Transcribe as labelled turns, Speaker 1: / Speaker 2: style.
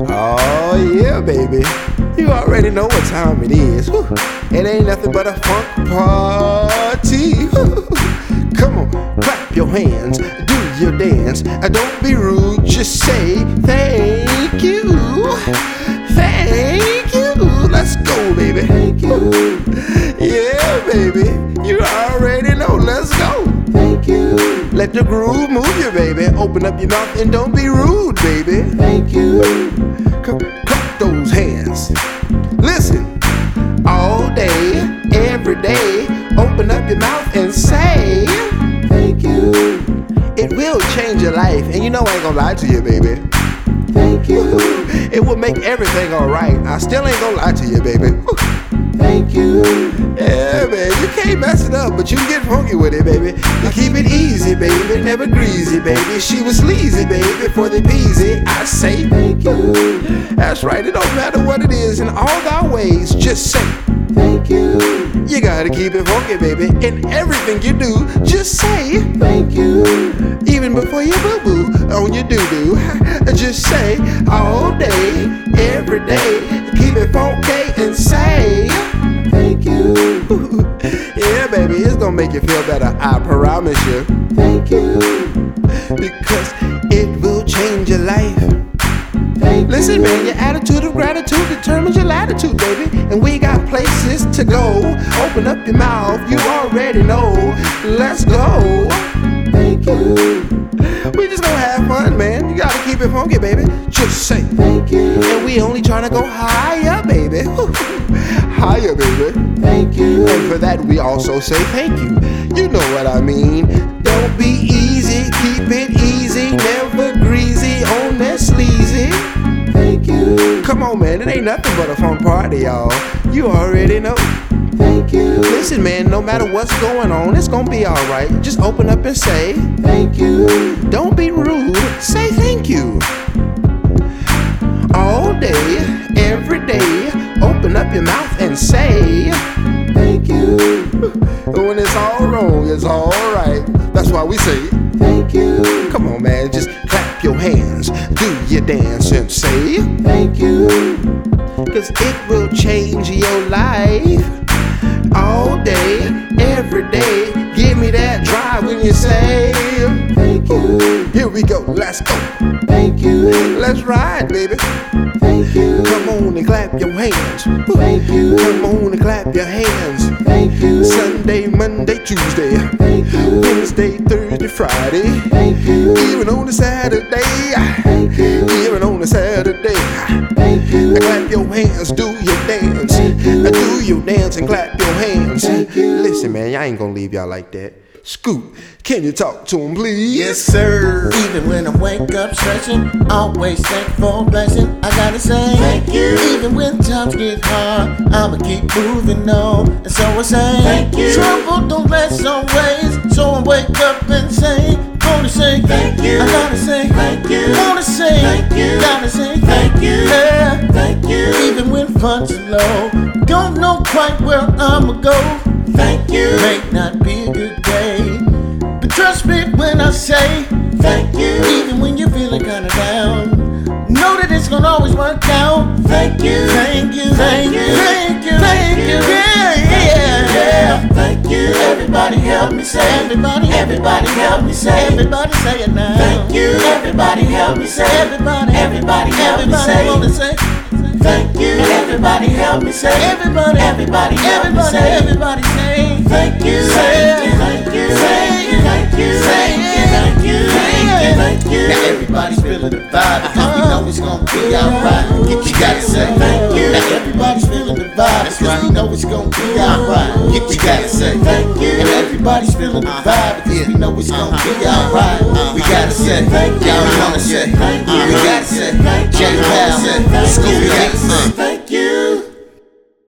Speaker 1: Oh yeah, baby. You already know what time it is. Whew. It ain't nothing but a funk party. Come on, clap your hands, do your dance. Uh, Don't be rude, just say thank you. Thank you. Let's go, baby. Thank you. Yeah, baby. You already know. Let's go. Thank you. Let the groove move you, baby. Open up your mouth and don't be rude, baby. Thank you. Come, clap those hands. Listen all day, every day. Open up your mouth and say, Thank you. It will change your life. And you know I ain't gonna lie to you, baby. Thank you. It will make everything alright. I still ain't gonna lie to you, baby. Thank you. Yeah, man. You can't mess it up, but you can get funky with it, baby. You keep it easy, baby. Never greasy, baby. She was sleazy, baby. For the peasy, I say thank you. That's right. It don't matter what it is. In all thy ways, just say thank you. You gotta keep it funky, baby. In everything you do, just say thank you. Even before you boo boo on your doo doo, just say all day, every day. Keep it funky and say thank you. yeah, baby, it's gonna make you feel better. I promise you. Thank you. Because it will change your life. Listen, man, your attitude of gratitude determines your latitude, baby. And we got places to go. Open up your mouth, you already know. Let's go. Thank you. We just gonna have fun, man. You gotta keep it funky, baby. Just say thank you. And we only tryna go higher, baby. higher, baby. Thank you. And for that, we also say thank you. You know what I mean. Don't be easy, keep it easy, never greasy on that sleazy. Thank you. Come on, man, it ain't nothing but a fun party, y'all. You already know. Thank you. Listen, man, no matter what's going on, it's gonna be alright. Just open up and say, Thank you. Don't be rude, say thank you all day, every day. Open up your mouth and say, Thank you. When it's all wrong, it's all right. That's why we say, Thank you. Come on, man, just clap your hands, do your dance, and say, Thank you. Cause it will change your life all day, every day. Give me that drive when you say, Thank you. Here we go, let's go. Thank you. Let's ride, baby. Thank you. Come on and clap your hands. Thank you. Come on and clap your hands. Thank you. Sunday, Monday, Tuesday. Thank you. Wednesday, Thursday, Friday. Thank you. Even on a Saturday. Thank you. Even on a Saturday. Thank you. Clap your hands, do your dance. Do your dance and clap your hands. Thank you. Listen, man, I ain't gonna leave y'all like that. Scoop, can you talk to him, please?
Speaker 2: Yes, sir. Even when I wake up stretching, always thankful blessing. I gotta say thank you. Even when times get hard, I'ma keep moving on. And so I say thank you. Trouble don't last always, so I wake up and say. Gonna say thank you. I gotta say thank you. Gonna say thank you. Gotta say thank you. Yeah. Thank you. Even when funds are low, don't know quite where I'ma go. Thank you. May not be a good day, but trust me when I say thank you. Even when you're feeling kinda down, know that it's gonna always work out. Thank you. Thank you. Thank you. Thank you. Thank you. Yeah, yeah, yeah. Thank you. Everybody help me say. Everybody. Everybody help me say. Everybody say it now. Thank you. Everybody help me say. Everybody. Everybody help me say. Everybody say. Thank you. Everybody help me say. Everybody. Everybody. Everybody. Everybody say. Thank you. Say. Thank you. Thank you. Thank you. Thank you. Thank you. Thank you. Thank you. Now everybody's feeling the vibe. Cause we know it's gonna be alright. You gotta say thank you. Now everybody's feeling the vibe. Cause we know it's gonna be alright. You gotta say thank you. Uh-huh. And everybody's feeling the Uh-huh. vibe. Cause we know it's gonna be alright. We gotta say thank you. Y'all wanna say thank you. We gotta Uh-huh.